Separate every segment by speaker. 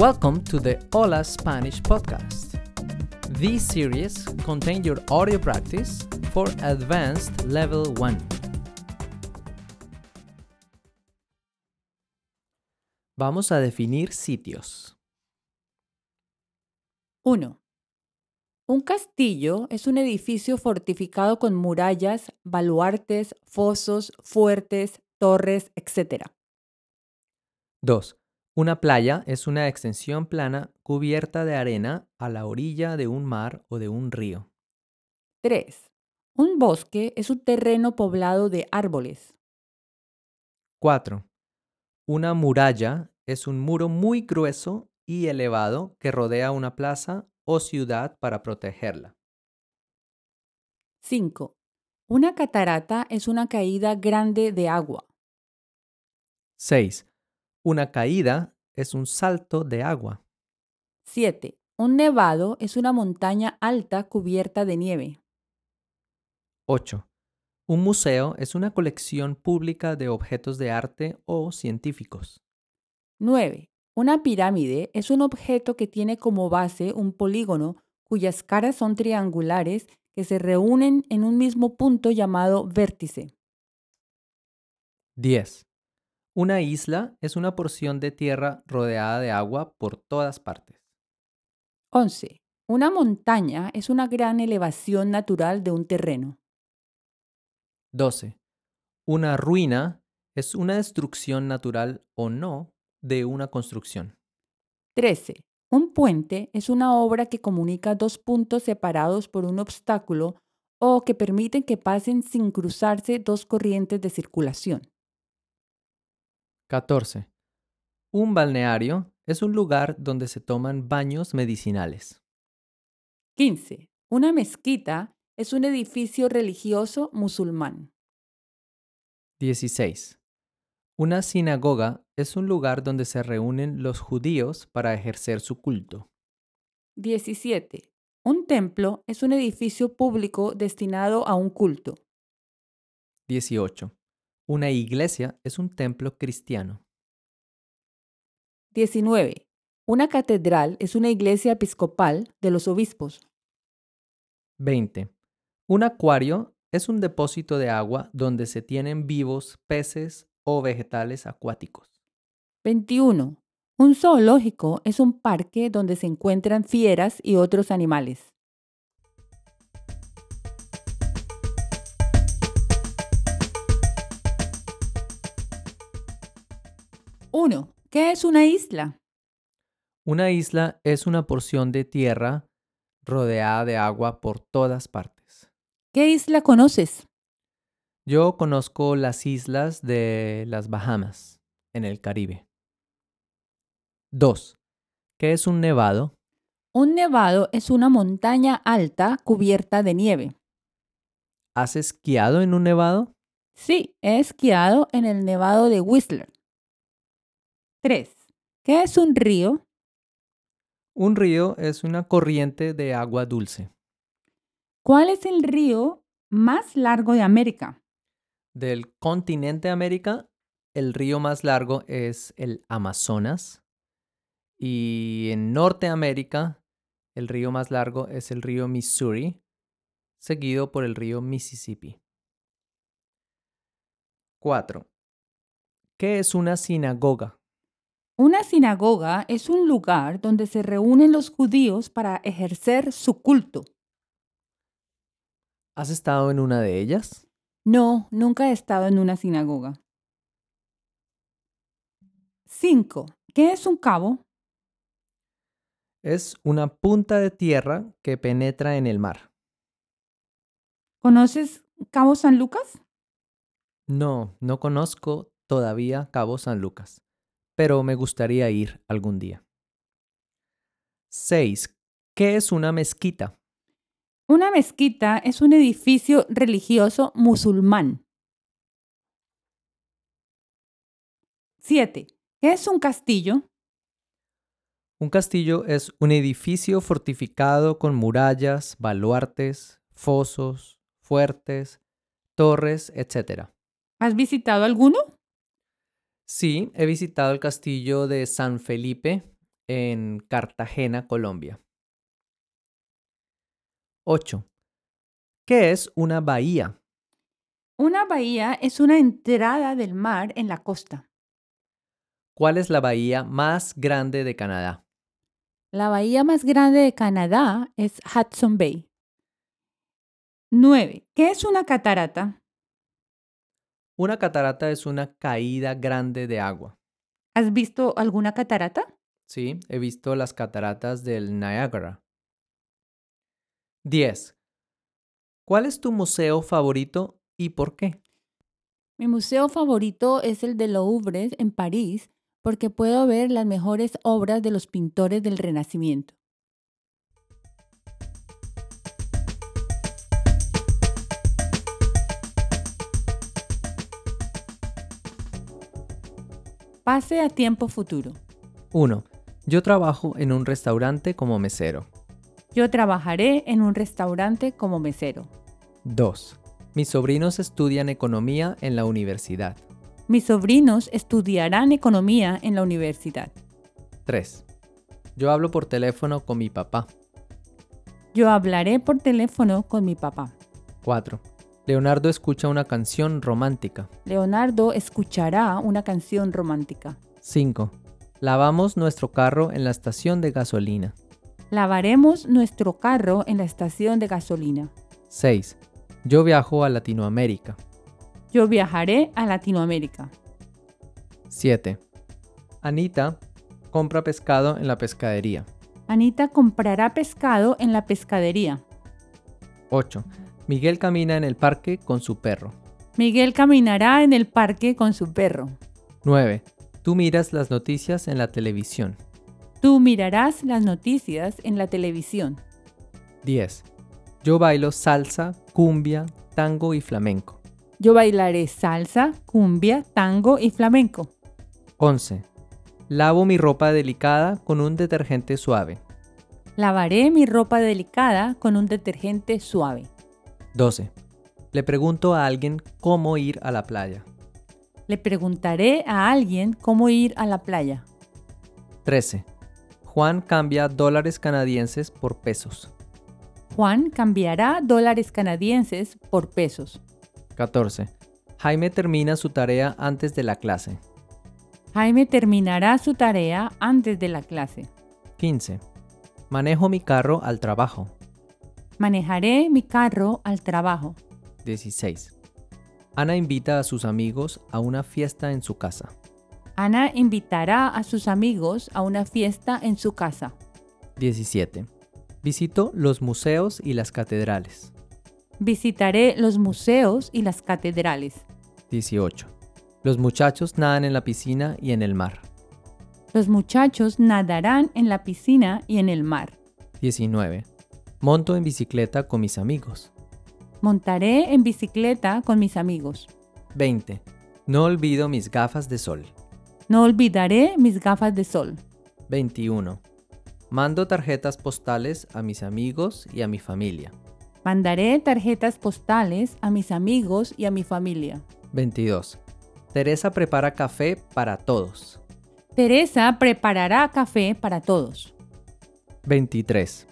Speaker 1: Welcome to the Hola Spanish podcast. This series contains your audio practice for advanced level 1. Vamos a definir sitios.
Speaker 2: 1. Un castillo es un edificio fortificado con murallas, baluartes, fosos, fuertes, torres, etc.
Speaker 1: 2. Una playa es una extensión plana cubierta de arena a la orilla de un mar o de un río.
Speaker 2: 3. Un bosque es un terreno poblado de árboles.
Speaker 1: 4. Una muralla es un muro muy grueso y elevado que rodea una plaza o ciudad para protegerla.
Speaker 2: 5. Una catarata es una caída grande de agua.
Speaker 1: 6. Una caída es un salto de agua.
Speaker 2: 7. Un nevado es una montaña alta cubierta de nieve.
Speaker 1: 8. Un museo es una colección pública de objetos de arte o científicos.
Speaker 2: 9. Una pirámide es un objeto que tiene como base un polígono cuyas caras son triangulares que se reúnen en un mismo punto llamado vértice.
Speaker 1: 10. Una isla es una porción de tierra rodeada de agua por todas partes.
Speaker 2: 11. Una montaña es una gran elevación natural de un terreno.
Speaker 1: 12. Una ruina es una destrucción natural o no de una construcción.
Speaker 2: 13. Un puente es una obra que comunica dos puntos separados por un obstáculo o que permiten que pasen sin cruzarse dos corrientes de circulación.
Speaker 1: 14. Un balneario es un lugar donde se toman baños medicinales.
Speaker 2: 15. Una mezquita es un edificio religioso musulmán.
Speaker 1: 16. Una sinagoga es un lugar donde se reúnen los judíos para ejercer su culto.
Speaker 2: 17. Un templo es un edificio público destinado a un culto.
Speaker 1: 18. Una iglesia es un templo cristiano.
Speaker 2: 19. Una catedral es una iglesia episcopal de los obispos.
Speaker 1: 20. Un acuario es un depósito de agua donde se tienen vivos peces o vegetales acuáticos.
Speaker 2: 21. Un zoológico es un parque donde se encuentran fieras y otros animales. Uno. ¿Qué es una isla?
Speaker 1: Una isla es una porción de tierra rodeada de agua por todas partes.
Speaker 2: ¿Qué isla conoces?
Speaker 1: Yo conozco las islas de las Bahamas, en el Caribe. 2. ¿Qué es un nevado?
Speaker 2: Un nevado es una montaña alta cubierta de nieve.
Speaker 1: ¿Has esquiado en un nevado?
Speaker 2: Sí, he esquiado en el nevado de Whistler. 3. ¿Qué es un río?
Speaker 1: Un río es una corriente de agua dulce.
Speaker 2: ¿Cuál es el río más largo de América?
Speaker 1: Del continente América, el río más largo es el Amazonas. Y en Norteamérica, el río más largo es el río Missouri, seguido por el río Mississippi. 4. ¿Qué es una sinagoga?
Speaker 2: Una sinagoga es un lugar donde se reúnen los judíos para ejercer su culto.
Speaker 1: ¿Has estado en una de ellas?
Speaker 2: No, nunca he estado en una sinagoga. 5. ¿Qué es un cabo?
Speaker 1: Es una punta de tierra que penetra en el mar.
Speaker 2: ¿Conoces Cabo San Lucas?
Speaker 1: No, no conozco todavía Cabo San Lucas, pero me gustaría ir algún día. 6. ¿Qué es una mezquita?
Speaker 2: Una mezquita es un edificio religioso musulmán. 7. ¿Qué es un castillo?
Speaker 1: Un castillo es un edificio fortificado con murallas, baluartes, fosos, fuertes, torres, etc.
Speaker 2: ¿Has visitado alguno?
Speaker 1: Sí, he visitado el castillo de San Felipe en Cartagena, Colombia. 8. ¿Qué es una bahía?
Speaker 2: Una bahía es una entrada del mar en la costa.
Speaker 1: ¿Cuál es la bahía más grande de Canadá?
Speaker 2: La bahía más grande de Canadá es Hudson Bay. 9. ¿Qué es una catarata?
Speaker 1: Una catarata es una caída grande de agua.
Speaker 2: ¿Has visto alguna catarata?
Speaker 1: Sí, he visto las cataratas del Niágara. 10. ¿Cuál es tu museo favorito y por qué?
Speaker 2: Mi museo favorito es el de Louvre en París porque puedo ver las mejores obras de los pintores del Renacimiento. Pase a tiempo futuro.
Speaker 1: 1. Yo trabajo en un restaurante como mesero.
Speaker 2: Yo trabajaré en un restaurante como mesero.
Speaker 1: 2. Mis sobrinos estudian economía en la universidad.
Speaker 2: Mis sobrinos estudiarán economía en la universidad.
Speaker 1: 3. Yo hablo por teléfono con mi papá.
Speaker 2: Yo hablaré por teléfono con mi papá.
Speaker 1: 4. Leonardo escucha una canción romántica.
Speaker 2: Leonardo escuchará una canción romántica.
Speaker 1: 5. Lavamos nuestro carro en la estación de gasolina.
Speaker 2: Lavaremos nuestro carro en la estación de gasolina.
Speaker 1: 6. Yo viajo a Latinoamérica.
Speaker 2: Yo viajaré a Latinoamérica.
Speaker 1: 7. Anita compra pescado en la pescadería.
Speaker 2: Anita comprará pescado en la pescadería.
Speaker 1: 8. Miguel camina en el parque con su perro.
Speaker 2: Miguel caminará en el parque con su perro.
Speaker 1: 9. Tú miras las noticias en la televisión.
Speaker 2: Tú mirarás las noticias en la televisión.
Speaker 1: 10. Yo bailo salsa, cumbia, tango y flamenco.
Speaker 2: Yo bailaré salsa, cumbia, tango y flamenco.
Speaker 1: 11. Lavo mi ropa delicada con un detergente suave.
Speaker 2: Lavaré mi ropa delicada con un detergente suave.
Speaker 1: 12. Le pregunto a alguien cómo ir a la playa.
Speaker 2: Le preguntaré a alguien cómo ir a la playa.
Speaker 1: 13. Juan cambia dólares canadienses por pesos.
Speaker 2: Juan cambiará dólares canadienses por pesos.
Speaker 1: 14. Jaime termina su tarea antes de la clase.
Speaker 2: Jaime terminará su tarea antes de la clase.
Speaker 1: 15. Manejo mi carro al trabajo.
Speaker 2: Manejaré mi carro al trabajo.
Speaker 1: 16. Ana invita a sus amigos a una fiesta en su casa.
Speaker 2: Ana invitará a sus amigos a una fiesta en su casa.
Speaker 1: 17. Visito los museos y las catedrales.
Speaker 2: Visitaré los museos y las catedrales.
Speaker 1: 18. Los muchachos nadan en la piscina y en el mar.
Speaker 2: Los muchachos nadarán en la piscina y en el mar.
Speaker 1: 19. Monto en bicicleta con mis amigos.
Speaker 2: Montaré en bicicleta con mis amigos.
Speaker 1: 20. No olvido mis gafas de sol.
Speaker 2: No olvidaré mis gafas de sol.
Speaker 1: 21. Mando tarjetas postales a mis amigos y a mi familia.
Speaker 2: Mandaré tarjetas postales a mis amigos y a mi familia.
Speaker 1: 22. Teresa prepara café para todos.
Speaker 2: Teresa preparará café para todos.
Speaker 1: 23.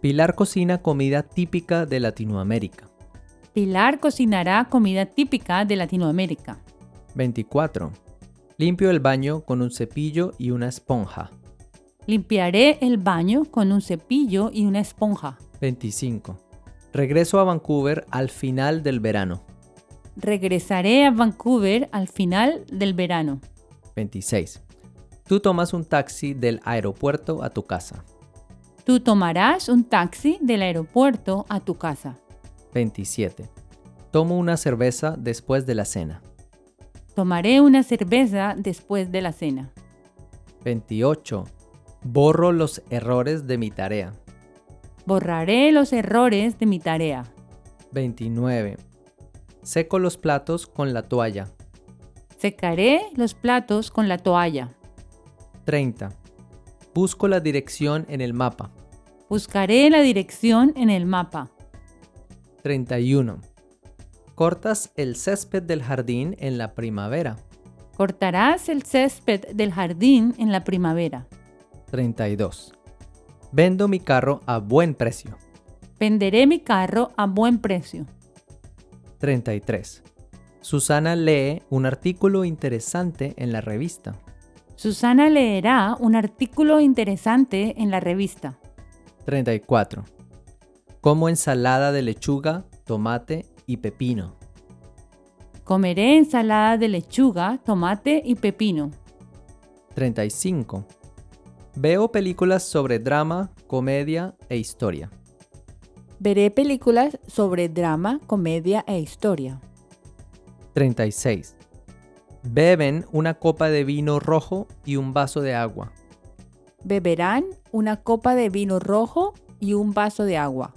Speaker 1: Pilar cocina comida típica de Latinoamérica.
Speaker 2: Pilar cocinará comida típica de Latinoamérica.
Speaker 1: 24. Limpio el baño con un cepillo y una esponja.
Speaker 2: Limpiaré el baño con un cepillo y una esponja.
Speaker 1: 25. Regreso a Vancouver al final del verano.
Speaker 2: Regresaré a Vancouver al final del verano.
Speaker 1: 26. Tú tomas un taxi del aeropuerto a tu casa.
Speaker 2: Tú tomarás un taxi del aeropuerto a tu casa.
Speaker 1: 27. Tomo una cerveza después de la cena.
Speaker 2: Tomaré una cerveza después de la cena.
Speaker 1: 28. Borro los errores de mi tarea.
Speaker 2: Borraré los errores de mi tarea.
Speaker 1: 29. Seco los platos con la toalla.
Speaker 2: Secaré los platos con la toalla.
Speaker 1: 30. Busco la dirección en el mapa.
Speaker 2: Buscaré la dirección en el mapa.
Speaker 1: 31. Cortas el césped del jardín en la primavera.
Speaker 2: Cortarás el césped del jardín en la primavera.
Speaker 1: 32. Vendo mi carro a buen precio.
Speaker 2: Venderé mi carro a buen precio.
Speaker 1: 33. Susana lee un artículo interesante en la revista.
Speaker 2: Susana leerá un artículo interesante en la revista.
Speaker 1: 34. Como ensalada de lechuga, tomate y pepino.
Speaker 2: Comeré ensalada de lechuga, tomate y pepino.
Speaker 1: 35. Veo películas sobre drama, comedia e historia.
Speaker 2: Veré películas sobre drama, comedia e historia.
Speaker 1: 36. Beben una copa de vino rojo y un vaso de agua.
Speaker 2: Beberán una copa de vino rojo y un vaso de agua.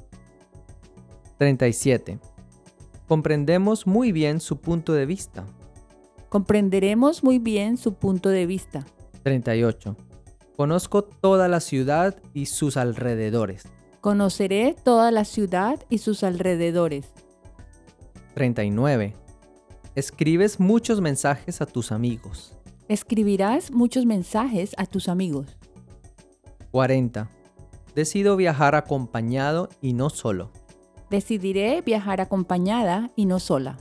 Speaker 1: 37. Comprendemos muy bien su punto de vista.
Speaker 2: Comprenderemos muy bien su punto de vista.
Speaker 1: 38. Conozco toda la ciudad y sus alrededores.
Speaker 2: Conoceré toda la ciudad y sus alrededores.
Speaker 1: 39. Escribes muchos mensajes a tus amigos.
Speaker 2: Escribirás muchos mensajes a tus amigos.
Speaker 1: 40. Decido viajar acompañado y no solo.
Speaker 2: Decidiré viajar acompañada y no sola.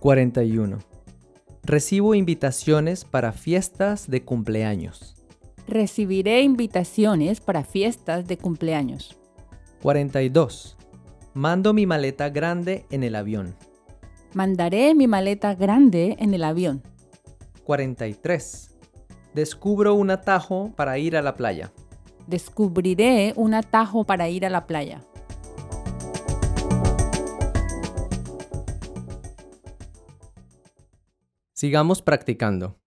Speaker 1: 41. Recibo invitaciones para fiestas de cumpleaños.
Speaker 2: Recibiré invitaciones para fiestas de cumpleaños.
Speaker 1: 42. Mando mi maleta grande en el avión.
Speaker 2: Mandaré mi maleta grande en el avión.
Speaker 1: 43. Descubro un atajo para ir a la playa.
Speaker 2: Descubriré un atajo para ir a la playa.
Speaker 1: Sigamos practicando.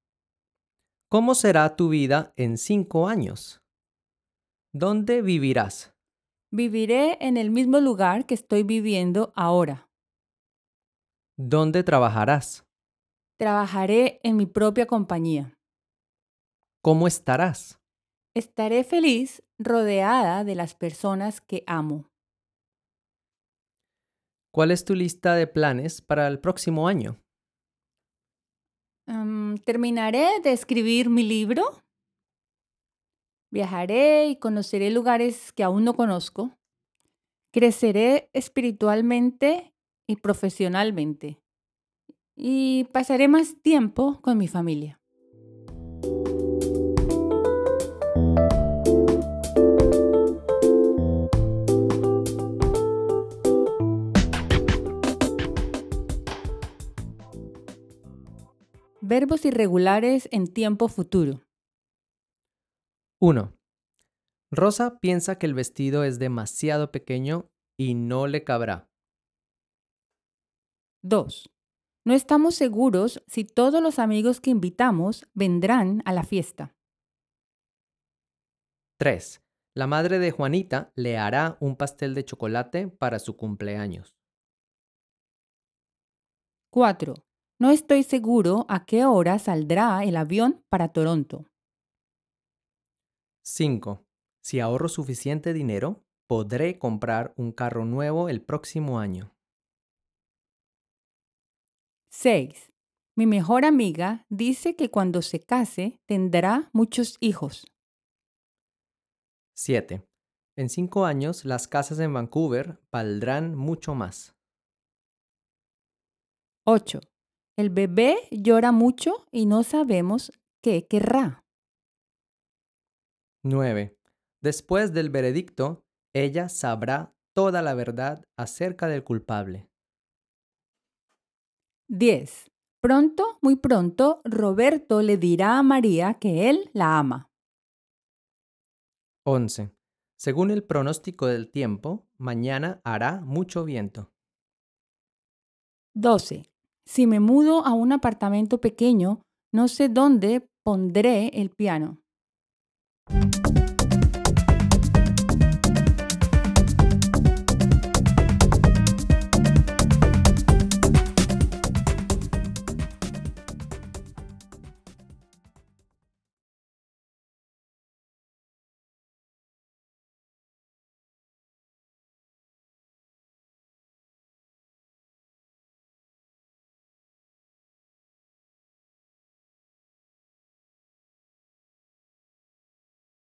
Speaker 1: ¿Cómo será tu vida en cinco años? ¿Dónde vivirás?
Speaker 2: Viviré en el mismo lugar que estoy viviendo ahora.
Speaker 1: ¿Dónde trabajarás?
Speaker 2: Trabajaré en mi propia compañía.
Speaker 1: ¿Cómo estarás?
Speaker 2: Estaré feliz rodeada de las personas que amo.
Speaker 1: ¿Cuál es tu lista de planes para el próximo año?
Speaker 2: Em, terminaré de escribir mi libro. Viajaré y conoceré lugares que aún no conozco. Creceré espiritualmente y profesionalmente. Y pasaré más tiempo con mi familia. Verbos irregulares en tiempo futuro.
Speaker 1: 1. Rosa piensa que el vestido es demasiado pequeño y no le cabrá.
Speaker 2: 2. No estamos seguros si todos los amigos que invitamos vendrán a la fiesta.
Speaker 1: 3. La madre de Juanita le hará un pastel de chocolate para su cumpleaños.
Speaker 2: 4. No estoy seguro a qué hora saldrá el avión para Toronto.
Speaker 1: 5. Si ahorro suficiente dinero, podré comprar un carro nuevo el próximo año.
Speaker 2: 6. Mi mejor amiga dice que cuando se case tendrá muchos hijos.
Speaker 1: 7. En cinco años, las casas en Vancouver valdrán mucho más.
Speaker 2: 8. El bebé llora mucho y no sabemos qué querrá.
Speaker 1: 9. Después del veredicto, ella sabrá toda la verdad acerca del culpable.
Speaker 2: 10. Pronto, muy pronto, Roberto le dirá a María que él la ama.
Speaker 1: 11. Según el pronóstico del tiempo, mañana hará mucho viento.
Speaker 2: 12. Si me mudo a un apartamento pequeño, no sé dónde pondré el piano.